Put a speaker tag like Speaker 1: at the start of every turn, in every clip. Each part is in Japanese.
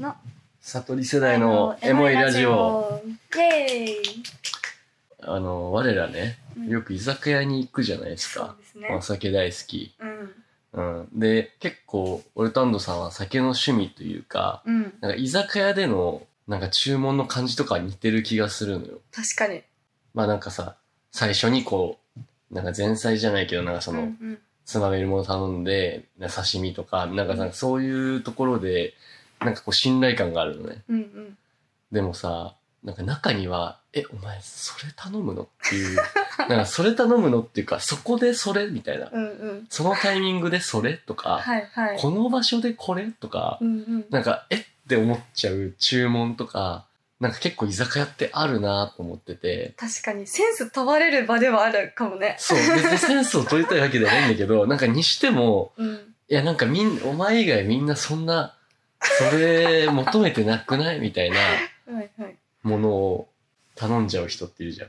Speaker 1: の
Speaker 2: 悟り世代のエモいラジオ。
Speaker 1: イェーイ
Speaker 2: あの我らね
Speaker 1: うん
Speaker 2: よく居酒屋に行くじゃないです
Speaker 1: そう
Speaker 2: か、
Speaker 1: です
Speaker 2: お
Speaker 1: ね。
Speaker 2: 酒大好き、
Speaker 1: うん。
Speaker 2: うん、で結構俺と安藤さんは酒の趣味というか
Speaker 1: うん。
Speaker 2: なんか居酒屋でのなんか注文の感じとか似てる気がするのよ
Speaker 1: 確かに。
Speaker 2: まあなんかさ最初にこうなんか前菜じゃないけどなんかその、
Speaker 1: うんうん
Speaker 2: つまめるもの頼んでな刺身とかなんかなんかそういうところでなんかこう信頼感があるのね
Speaker 1: うんうん。
Speaker 2: でもさ、なんか中には、え、お前、それ頼むのっていう、 なんかそれ頼むのっていうか、そこでそれみたいな。
Speaker 1: うんうん。
Speaker 2: そのタイミングでそれとか、
Speaker 1: はいはい。
Speaker 2: この場所でこれとか
Speaker 1: う、んうん。
Speaker 2: なんか、えって思っちゃう注文とか、なんか結構居酒屋ってあるなと思ってて、
Speaker 1: 確かに、センス問われる場ではあるかもね。
Speaker 2: そう、別にセンスを取りたいわけではないんだけど、なんかにしても、
Speaker 1: うん。
Speaker 2: いや、なんかみん、お前以外みんなそんな、それ求めてなくないみたいな
Speaker 1: はいはい。
Speaker 2: ものを頼んじゃう人っているじゃん。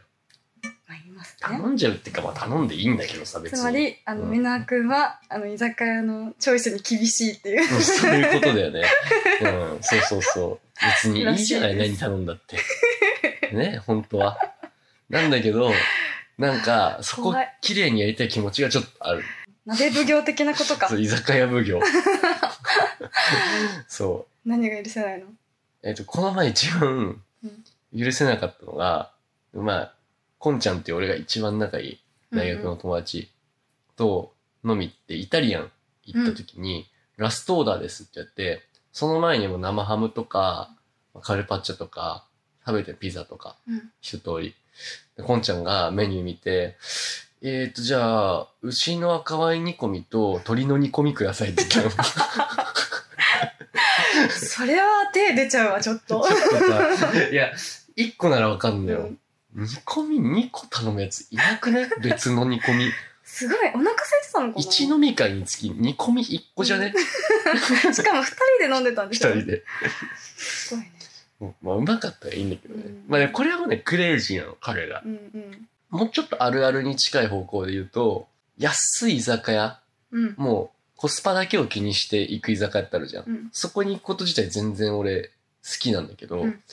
Speaker 1: まあ、いますね。
Speaker 2: 頼んじゃうっていうか、まあ、頼んでいいんだけどさ別に
Speaker 1: つまり、あの、
Speaker 2: うん
Speaker 1: メナー君は、あの、居酒屋のチョイスに厳しいっていう。
Speaker 2: うんそういうことだよ ねうんそうそうそう別にいいじゃない
Speaker 1: らし
Speaker 2: 何
Speaker 1: いです
Speaker 2: 頼んだって ね本当はなんだけどなんかそこ
Speaker 1: 怖い
Speaker 2: 綺麗にやりたい気持ちがちょっとある
Speaker 1: 鍋奉行的なことか
Speaker 2: そ。う居酒屋奉行 そ
Speaker 1: 何が許せないの
Speaker 2: うえっ、とこの前一番
Speaker 1: うん
Speaker 2: 許せなかったのが、まあこんちゃんっていう俺が一番仲いい大学の友達と飲み行ってイタリアン行った時に、ラストオーダーですってやって、その前にも生ハムとか、カルパッチョとか、食べてピザとか、
Speaker 1: うんうん。
Speaker 2: 一通り。で、こんちゃんがメニュー見て、えーと、じゃあ、牛の赤ワイン煮込みと鶏の煮込みくださいって言ったの。
Speaker 1: うんそれは手出ちゃうわ、ちょっ
Speaker 2: ちょっ
Speaker 1: と
Speaker 2: と。さ、いや、一個ならわかんだ
Speaker 1: う
Speaker 2: よ
Speaker 1: ん。
Speaker 2: 煮込み2個頼むやついなくない別の煮込み。
Speaker 1: すごい、お腹空いてたのかな
Speaker 2: 1飲み会につき煮込み1個じゃね
Speaker 1: しかも二人で飲んでたんで
Speaker 2: 二
Speaker 1: しょ
Speaker 2: 人で。
Speaker 1: すごいね。
Speaker 2: まあ、うまかったらいいんだけどね。
Speaker 1: うん
Speaker 2: まあ、でもこれはね、クレイジーなの、彼が
Speaker 1: う。ん
Speaker 2: もうちょっとあるあるに近い方向で言うと、安い居酒屋、
Speaker 1: うん。うん。
Speaker 2: もうコスパだけを気にして行く居酒屋ってあるじゃん。
Speaker 1: うん。
Speaker 2: そこに行くこと自体全然俺好きなんだけど、
Speaker 1: うん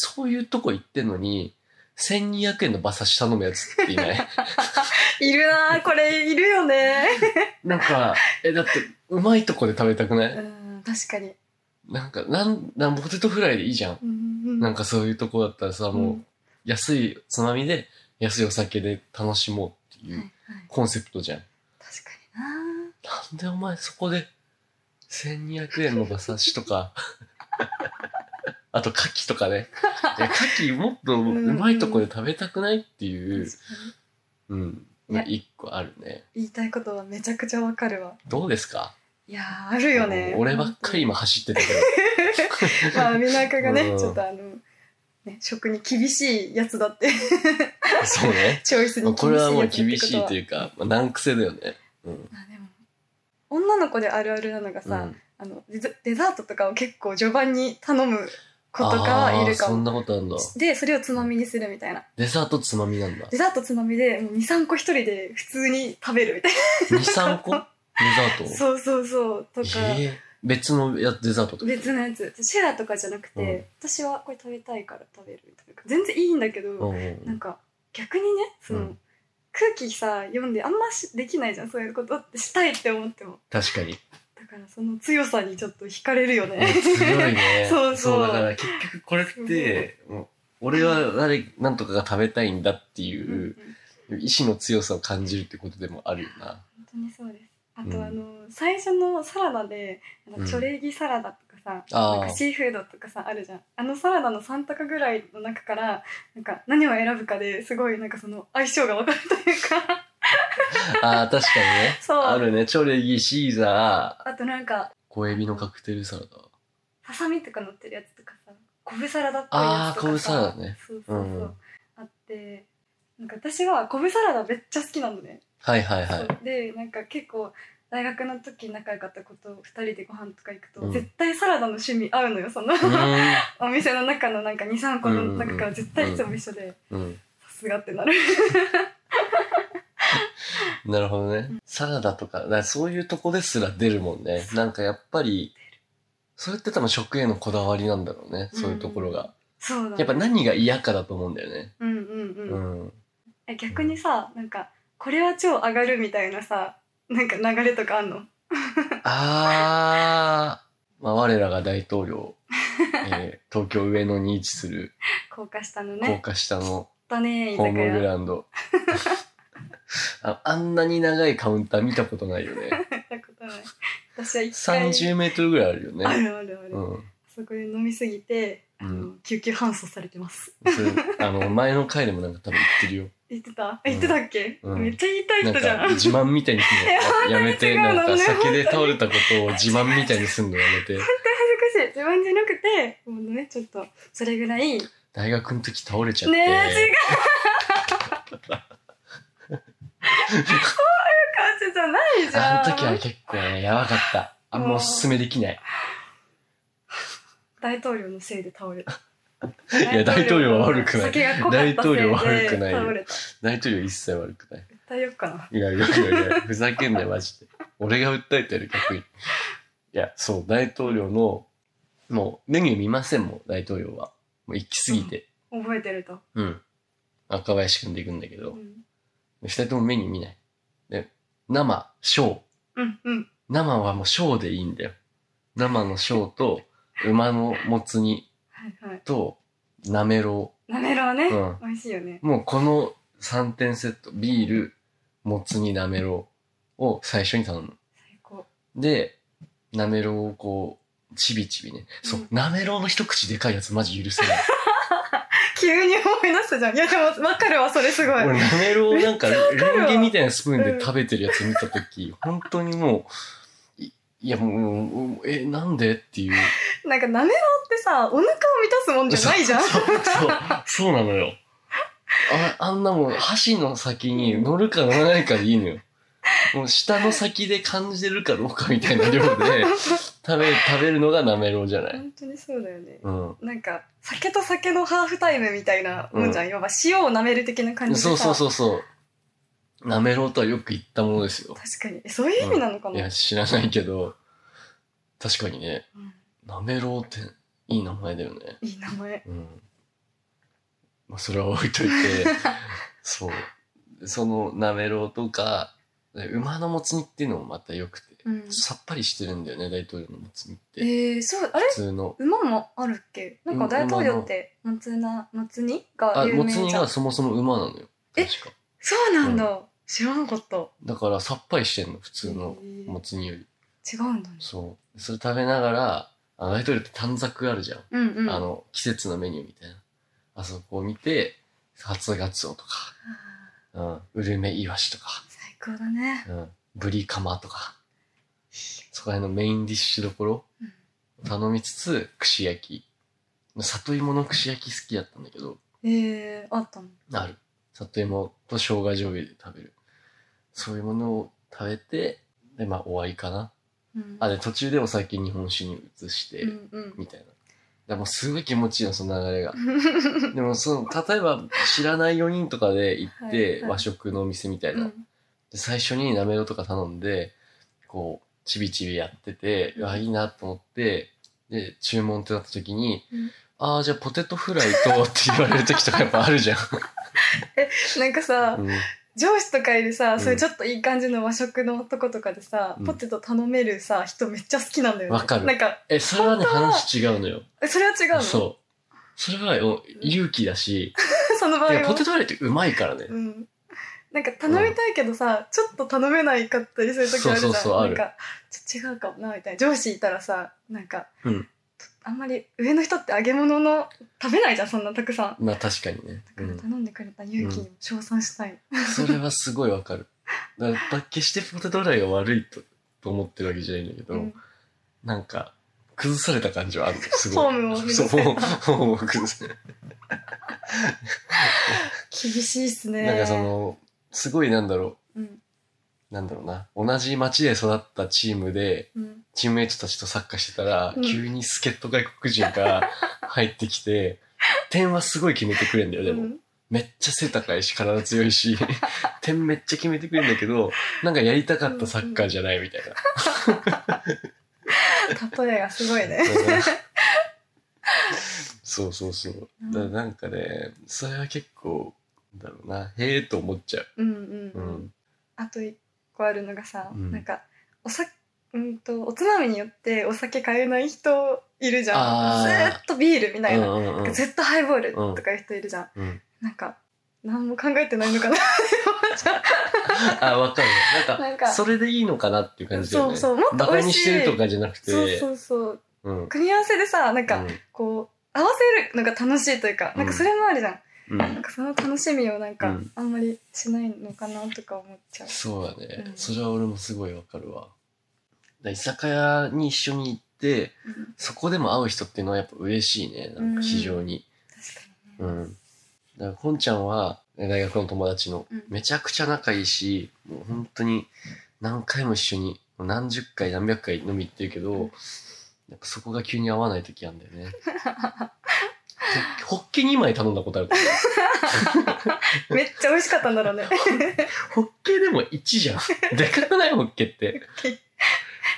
Speaker 2: そういうとこ行ってんのに、1200円の馬刺し頼むやつっていない。
Speaker 1: いるなーこれいるよね
Speaker 2: なんか、え、だって、うまいとこで食べたくな
Speaker 1: う
Speaker 2: い
Speaker 1: ん、確かに。
Speaker 2: なんか、なん、なん、ポテトフライでいいじゃん。
Speaker 1: うん
Speaker 2: なんかそういうとこだったらさ、もう、安いつまみで安いお酒で楽しもうって
Speaker 1: う
Speaker 2: い
Speaker 1: ん
Speaker 2: う
Speaker 1: はいはい
Speaker 2: コンセプトじゃん。
Speaker 1: 確かにな
Speaker 2: なんでお前そこで1200円の馬刺しとか、あと牡蠣とかね。 いや牡蠣もっとうまいとこで食べたくないっていう
Speaker 1: 確、かに
Speaker 2: うん、
Speaker 1: いや
Speaker 2: 一個あるね。
Speaker 1: 言いたいことはめちゃくちゃわかるわ。
Speaker 2: どうですか
Speaker 1: いやー、あるよね。
Speaker 2: 俺ばっかり今走ってたけど。
Speaker 1: まあ、みなかが
Speaker 2: う
Speaker 1: ね、
Speaker 2: ん
Speaker 1: ちょっとあの、ね、食に厳しいやつだ って、
Speaker 2: そうね。
Speaker 1: チョイス
Speaker 2: まあ
Speaker 1: に厳しいやつだって
Speaker 2: これはもう厳しいと
Speaker 1: いう。
Speaker 2: いうか、まあ、難癖だよね。うん。
Speaker 1: あでも、女の子であるあるなのがさ、
Speaker 2: うん
Speaker 1: あのデザ、デザートとかを結構序盤に頼む子とかはいる
Speaker 2: あー
Speaker 1: か
Speaker 2: そんな
Speaker 1: も。
Speaker 2: ことあるんだ。
Speaker 1: で、それをつまみにするみたいな。
Speaker 2: デザートつまみなんだ。
Speaker 1: デザートつまみで、もう2、3個一人で普通に食べるみたい
Speaker 2: 2、3個デ ザート
Speaker 1: な。そうそうそう。とか、
Speaker 2: ええ別のやデザートとか。
Speaker 1: 別のやつ。シェアとかじゃなくて、私はこれ食べたいから食べるみたいな。全然いいんだけど、
Speaker 2: うんうん
Speaker 1: なんか逆にねその、
Speaker 2: うん
Speaker 1: 空気さ読んであんましできないじゃんそういうことってしたいって思っても
Speaker 2: 確 かに。
Speaker 1: だからその強さにちょっと惹かれるよね、
Speaker 2: 強いね
Speaker 1: そうそう
Speaker 2: だから結局これってもう俺は誰なんとかが食べたいんだって
Speaker 1: うんう
Speaker 2: いう
Speaker 1: ん
Speaker 2: 意志の強さを感じるってことでもあるよな
Speaker 1: 本当にそうですあ
Speaker 2: う
Speaker 1: と
Speaker 2: ん
Speaker 1: あの、最初のサラダであ
Speaker 2: うん
Speaker 1: のチョレギサラダとかさ、
Speaker 2: あ
Speaker 1: なんか
Speaker 2: あ
Speaker 1: シーフードとかさあるじゃんあのサラダの3択ぐらいの中からなんか何を選ぶかですごいなんかその相性が分かるとい うか
Speaker 2: ああ確かにね
Speaker 1: そう
Speaker 2: あ
Speaker 1: あ
Speaker 2: るねチョレギシーザー
Speaker 1: となんか
Speaker 2: 小エビのカクテルサラダ
Speaker 1: ハサミとか乗ってるやつとかさコブサラダっぽいや
Speaker 2: あ
Speaker 1: つ
Speaker 2: あ
Speaker 1: と
Speaker 2: コ
Speaker 1: か
Speaker 2: ブ
Speaker 1: さ
Speaker 2: サラダね
Speaker 1: そうそうそう、
Speaker 2: うん
Speaker 1: あってなんか私は昆布サラダめっちゃ好きなのね、
Speaker 2: はいはいは
Speaker 1: そ
Speaker 2: いう
Speaker 1: でなんか結構大学の時仲良かった子と2人でご飯とか行くと、
Speaker 2: うん
Speaker 1: 絶対サラダの趣味合うのよその、
Speaker 2: うー
Speaker 1: お店の中のなんか23個の中から絶対いつも一緒で、
Speaker 2: んうん
Speaker 1: さすがってなる
Speaker 2: なるほどねサラダとかだからそういうとこですら出るもんねなんかやっぱりそれって多分食へのこだわりなんだろうね。そういうところが。
Speaker 1: そうだ
Speaker 2: やっぱ何が嫌かだと思うんだよね。
Speaker 1: うんうんうん、
Speaker 2: うん。
Speaker 1: え逆にさなんかこれは超上がるみたいなさなんか流れとかあんの
Speaker 2: あー、まあ、我らが大統 領、えー東京上野に位置する
Speaker 1: 高架下の
Speaker 2: 高
Speaker 1: ね
Speaker 2: 架下の
Speaker 1: だね居
Speaker 2: ホー
Speaker 1: 酒
Speaker 2: ムグ
Speaker 1: 屋
Speaker 2: ラウンド。 ああんなに長いカウンター見たことないよね。
Speaker 1: 行ったことない私は一回
Speaker 2: 30メートルぐらいあるよ
Speaker 1: あ
Speaker 2: ね。
Speaker 1: るあるある、
Speaker 2: うん。
Speaker 1: そこで飲みすぎてあの、
Speaker 2: う
Speaker 1: 救急搬送されてます
Speaker 2: それあの、前の回でもなんか多分言ってるよ。
Speaker 1: 言ってた
Speaker 2: うん
Speaker 1: 言ってたっけ、
Speaker 2: うん
Speaker 1: めっちゃ言いたい
Speaker 2: なん
Speaker 1: 人じゃ
Speaker 2: か
Speaker 1: ん
Speaker 2: 自慢みたいにするのやめて、
Speaker 1: 本当に違うの
Speaker 2: なんか
Speaker 1: ね
Speaker 2: 酒で倒れたことを自慢みたいにするのやめて。
Speaker 1: 恥ずかしい自分じゃなくてもうねちょっとそれぐらいね
Speaker 2: 大学の時倒れち
Speaker 1: え
Speaker 2: ゃって。
Speaker 1: 違う感じじゃないじゃ
Speaker 2: あ
Speaker 1: ん
Speaker 2: の時は結構ね、やばかった。あんまおすすめできない。
Speaker 1: 大統領のせいで倒れた
Speaker 2: いや、大統領は悪くない。
Speaker 1: 酒が濃かったせいで
Speaker 2: 大統領は悪くないよ
Speaker 1: 倒れた
Speaker 2: 大統領一切悪くない。
Speaker 1: 訴えよっかない
Speaker 2: や、いやいやいや、ふざけんなよ、マジで。俺が訴えてる、逆に。いや、そう、大統領の、もう、メニュー見ませんもん、大統領は。もう行き過ぎて。
Speaker 1: 覚えてると、
Speaker 2: うん。赤林くんで行くんだけ
Speaker 1: う
Speaker 2: ど、
Speaker 1: ん、
Speaker 2: 二人ともメニュー見ない。で、生、小。
Speaker 1: うんうん
Speaker 2: 生はもう小でいいんだよ。生の小と、馬のもつ煮
Speaker 1: はいはい
Speaker 2: と、なめろ
Speaker 1: なめろはね、
Speaker 2: うん
Speaker 1: 美味しいよね
Speaker 2: う。もうこの3点セット、ビール、もつ煮、なめろうを最初に頼む。
Speaker 1: 最高
Speaker 2: で、なめろうをこう、ちびちびね。そう
Speaker 1: うん、
Speaker 2: なめろうの一口でかいやつマジ許せない。
Speaker 1: 急に思い出したじゃんいやでも分かるわそれすごい、
Speaker 2: 俺、なめろうなんか、
Speaker 1: るわ
Speaker 2: レンゲみたいなスプーンで食べてるやつ見たとき、本当にもう、いいやもう、え、なんでっていう。
Speaker 1: なんかなめろうってさお腹を満たす もんじゃないじゃん
Speaker 2: そう、そう、そうなのよ。ああんなもん、箸の先に乗るか乗らないかでいいのよ。もう舌の先で感じてるかどうかみたいな量で、食べ、食べるのがなめろうじゃない。
Speaker 1: 本当にそうだよね、
Speaker 2: うん。
Speaker 1: なんか酒と酒のハーフタイムみたいなもんじゃん、いわば塩をなめる的な感じでさ
Speaker 2: そうそうそうそう。なめろうとはよく言ったものですよ。
Speaker 1: 確かにえそういう意味なのか
Speaker 2: い
Speaker 1: な、
Speaker 2: や、知らないけど、確かにね、
Speaker 1: うん
Speaker 2: なめろうっていい名前だよね。
Speaker 1: いい名 前
Speaker 2: うん。まあ、それは置いといて、そう。その、なめろうとか、で馬のもつ煮っていうのもまた良くて、
Speaker 1: うん
Speaker 2: さっぱりしてるんだよね、大統領のもつ煮って。
Speaker 1: えー、そうあれ
Speaker 2: 普通の。
Speaker 1: 馬もあるっけなんか大統領ってもつなもつ煮が
Speaker 2: あ、
Speaker 1: 有
Speaker 2: も
Speaker 1: 名
Speaker 2: つ煮
Speaker 1: じゃん
Speaker 2: がそもそも馬なのよ。
Speaker 1: え
Speaker 2: 確か。
Speaker 1: そうなんだ、知らなかった
Speaker 2: だから、さっぱりしてんの、普通の
Speaker 1: えー
Speaker 2: もつ煮より。
Speaker 1: 違うんだね
Speaker 2: そう。それ食べながら、あ大統領って短冊あるじゃん。
Speaker 1: うんうん
Speaker 2: あの、季節のメニューみたいな。あそこを見て、初ガツオとか、
Speaker 1: あ
Speaker 2: うん、ウルメイワシとか、
Speaker 1: ー最高だね
Speaker 2: うん、ブリカマとか、そこら辺のメインディッシュどころ
Speaker 1: うん
Speaker 2: を頼みつつ、串焼き。里芋の串焼き好きだったんだけど、
Speaker 1: えー、あったの
Speaker 2: ある。里芋と生姜醤油で食べる。そういうものを食べて、で、まあ終わりかな。
Speaker 1: うん
Speaker 2: あ、で、途中でお酒日本酒に移して、
Speaker 1: うんうん
Speaker 2: みたいな。だからもうすごい気持ちいいの、その流れが。でもその、例えば知らない4人とかで行っ
Speaker 1: はい
Speaker 2: て、
Speaker 1: はい
Speaker 2: 和食のお店みたいな。
Speaker 1: うん
Speaker 2: で最初になめろうとか頼んでこうちびちびやってて
Speaker 1: うん
Speaker 2: あいいなと思ってで注文ってなった時に、
Speaker 1: うん
Speaker 2: ああじゃあポテトフライとって言われる時とかやっぱある じゃん、
Speaker 1: なんかさ、
Speaker 2: うん
Speaker 1: 上司とかいるさ、
Speaker 2: うん
Speaker 1: そういうちょっといい感じの和食のとことかでさ、
Speaker 2: うん
Speaker 1: ポテト頼めるさ人めっちゃ好きなんだよね
Speaker 2: わかる
Speaker 1: なんか
Speaker 2: えそれはね話違うのよ
Speaker 1: えそれは違うのそ
Speaker 2: そうそれはよ勇気だし、
Speaker 1: の場合
Speaker 2: てかポ
Speaker 1: は
Speaker 2: テトフライってうまいからね、
Speaker 1: うんなんか頼みたいけどさ、ちょっと頼めないかったりする時あるじゃん
Speaker 2: そうそうそうある
Speaker 1: なんかちょっと違うかもなみたいな上司いたらさなんか、
Speaker 2: うん
Speaker 1: あんまり上の人って揚げ物の食べないじゃんそんなたくさん
Speaker 2: まあ確かにね、う
Speaker 1: だから
Speaker 2: ん、
Speaker 1: 頼んでくれた勇気を称賛したい、
Speaker 2: それはすごいわかるだから決してポテトフライが悪いとと思ってるわけじゃないんだけど、
Speaker 1: うん
Speaker 2: なんか、崩された感じはある の。す
Speaker 1: フォ
Speaker 2: ごい。
Speaker 1: ームを崩
Speaker 2: そう、フ
Speaker 1: され
Speaker 2: ォ
Speaker 1: た
Speaker 2: ームを崩され
Speaker 1: 厳しいっすね
Speaker 2: なんかその、すごいなんだろ
Speaker 1: うん
Speaker 2: う、なんだろうな。同じ町で育ったチームで、
Speaker 1: うん
Speaker 2: チームメイトたちとサッカーしてたら、
Speaker 1: うん
Speaker 2: 急に助っ人外国人 が入ってきて、点はすごい決めてくれんだよ、でも。
Speaker 1: うん
Speaker 2: めっちゃ背高いし、体強い し、点めっちゃ決めてくれんだけど、なんかやりたかったサッカーじゃないみたいな。
Speaker 1: トヤがすごいね。
Speaker 2: そうそう そう。
Speaker 1: うん
Speaker 2: だからなんかね、それは結構、なんだろうな、へえと思っちゃう。
Speaker 1: うんう
Speaker 2: うん
Speaker 1: うん。
Speaker 2: ん。
Speaker 1: あと一個あるのがさ、
Speaker 2: うん
Speaker 1: なんかおさうんとおつまみによってお酒買えない人いるじゃ
Speaker 2: あ
Speaker 1: んず
Speaker 2: ー
Speaker 1: ーっとビールみたいな,、
Speaker 2: うんうんうん。
Speaker 1: ずっとハイボールとかいう人いるじゃん、
Speaker 2: うん、
Speaker 1: なんか何も考えてないのかな
Speaker 2: あ、わかる。なんか、
Speaker 1: なんか
Speaker 2: それでいいのかなっていう感じだよね。
Speaker 1: そうそうもっと
Speaker 2: バカ
Speaker 1: 美味
Speaker 2: に
Speaker 1: しい
Speaker 2: してるとかじゃなくて。
Speaker 1: そうそうそう
Speaker 2: うん。
Speaker 1: 組み合わせでさなん
Speaker 2: う
Speaker 1: か
Speaker 2: ん
Speaker 1: こう合わせるのが楽しいというか、なんかそれもあるじゃん
Speaker 2: うん
Speaker 1: なんかその楽しみをなん
Speaker 2: う
Speaker 1: か
Speaker 2: ん
Speaker 1: あんまりしないのかなとか思っちゃう、
Speaker 2: そうだね、
Speaker 1: うん
Speaker 2: それは俺もすごいわかるわ。だから居酒屋に一緒に行って、
Speaker 1: うん確
Speaker 2: そこでも会う人っていうのはやっぱ嬉しいね。なんか非常に。
Speaker 1: かに
Speaker 2: う
Speaker 1: ね、
Speaker 2: ん。だから、こんちゃんは、大学の友達の
Speaker 1: うん、
Speaker 2: めちゃくちゃ仲いいし、もう本当に何回も一緒に、もう何十回何百回飲み行ってるけど、やっぱそこが急に合わない時あるんだよね。ほホッケ2枚頼んだことあるから。
Speaker 1: めっちゃ美味しかったんだろうね
Speaker 2: ホッケでも1じゃん。でかくないホッケって。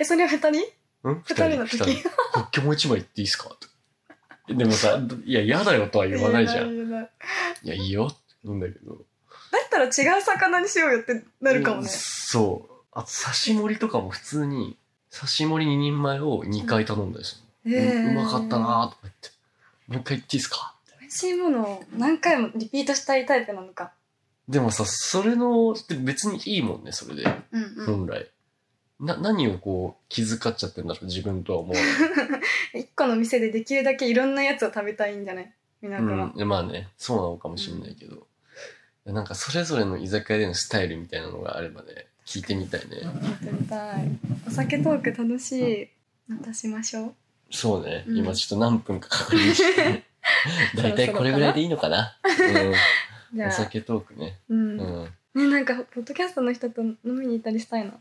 Speaker 1: えそれは下手に
Speaker 2: うん
Speaker 1: 二人の時
Speaker 2: 二人ホッケもう1枚いっていいですかとでもさ、いや、嫌だよとは言わないじゃん。い
Speaker 1: 言えない
Speaker 2: や、いいよって言うんだけど。
Speaker 1: だったら違う魚にしようよってなるかも
Speaker 2: うん
Speaker 1: ね。
Speaker 2: そう。あと、刺し盛りとかも普通に、刺し盛り2人前を2回頼んだりする、
Speaker 1: へー
Speaker 2: ううまかったなーとか言って。もう一回言っていいですか
Speaker 1: 美味しいものを何回もリピートしたいタイプなのか。
Speaker 2: でもさ、それの、で別にいいもんね、それで。
Speaker 1: うんうん。
Speaker 2: 本来。な、何をこう、気遣っちゃってんだろう、自分とは思わない。
Speaker 1: 一個の店でできるだけいろんなやつを食べたいんじゃないみ んなから。
Speaker 2: うん、まあねそうなのかもしれないけど、なんかそれぞれの居酒屋でのスタイルみたいなのがあればね聞いてみたいね、
Speaker 1: やってみたい。お酒トーク楽しい。またしましょう。
Speaker 2: そうね、
Speaker 1: うん
Speaker 2: 今ちょっと何分か確認 して大体これぐらいでいいのかな
Speaker 1: じ
Speaker 2: うん、
Speaker 1: ゃ
Speaker 2: お
Speaker 1: あ、
Speaker 2: 酒トークね、
Speaker 1: う。
Speaker 2: うん
Speaker 1: ね、
Speaker 2: ん、
Speaker 1: なんか、ポッドキャストの人と飲みに行ったりしたいな。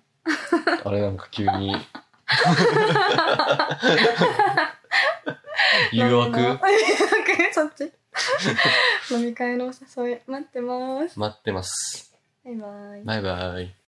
Speaker 2: あれなんか急に 誘
Speaker 1: 飲みの 誘
Speaker 2: 惑
Speaker 1: 惑そっち。 飲み会のお誘い待ってます。
Speaker 2: 待ってます
Speaker 1: バイバイ。
Speaker 2: バイバイ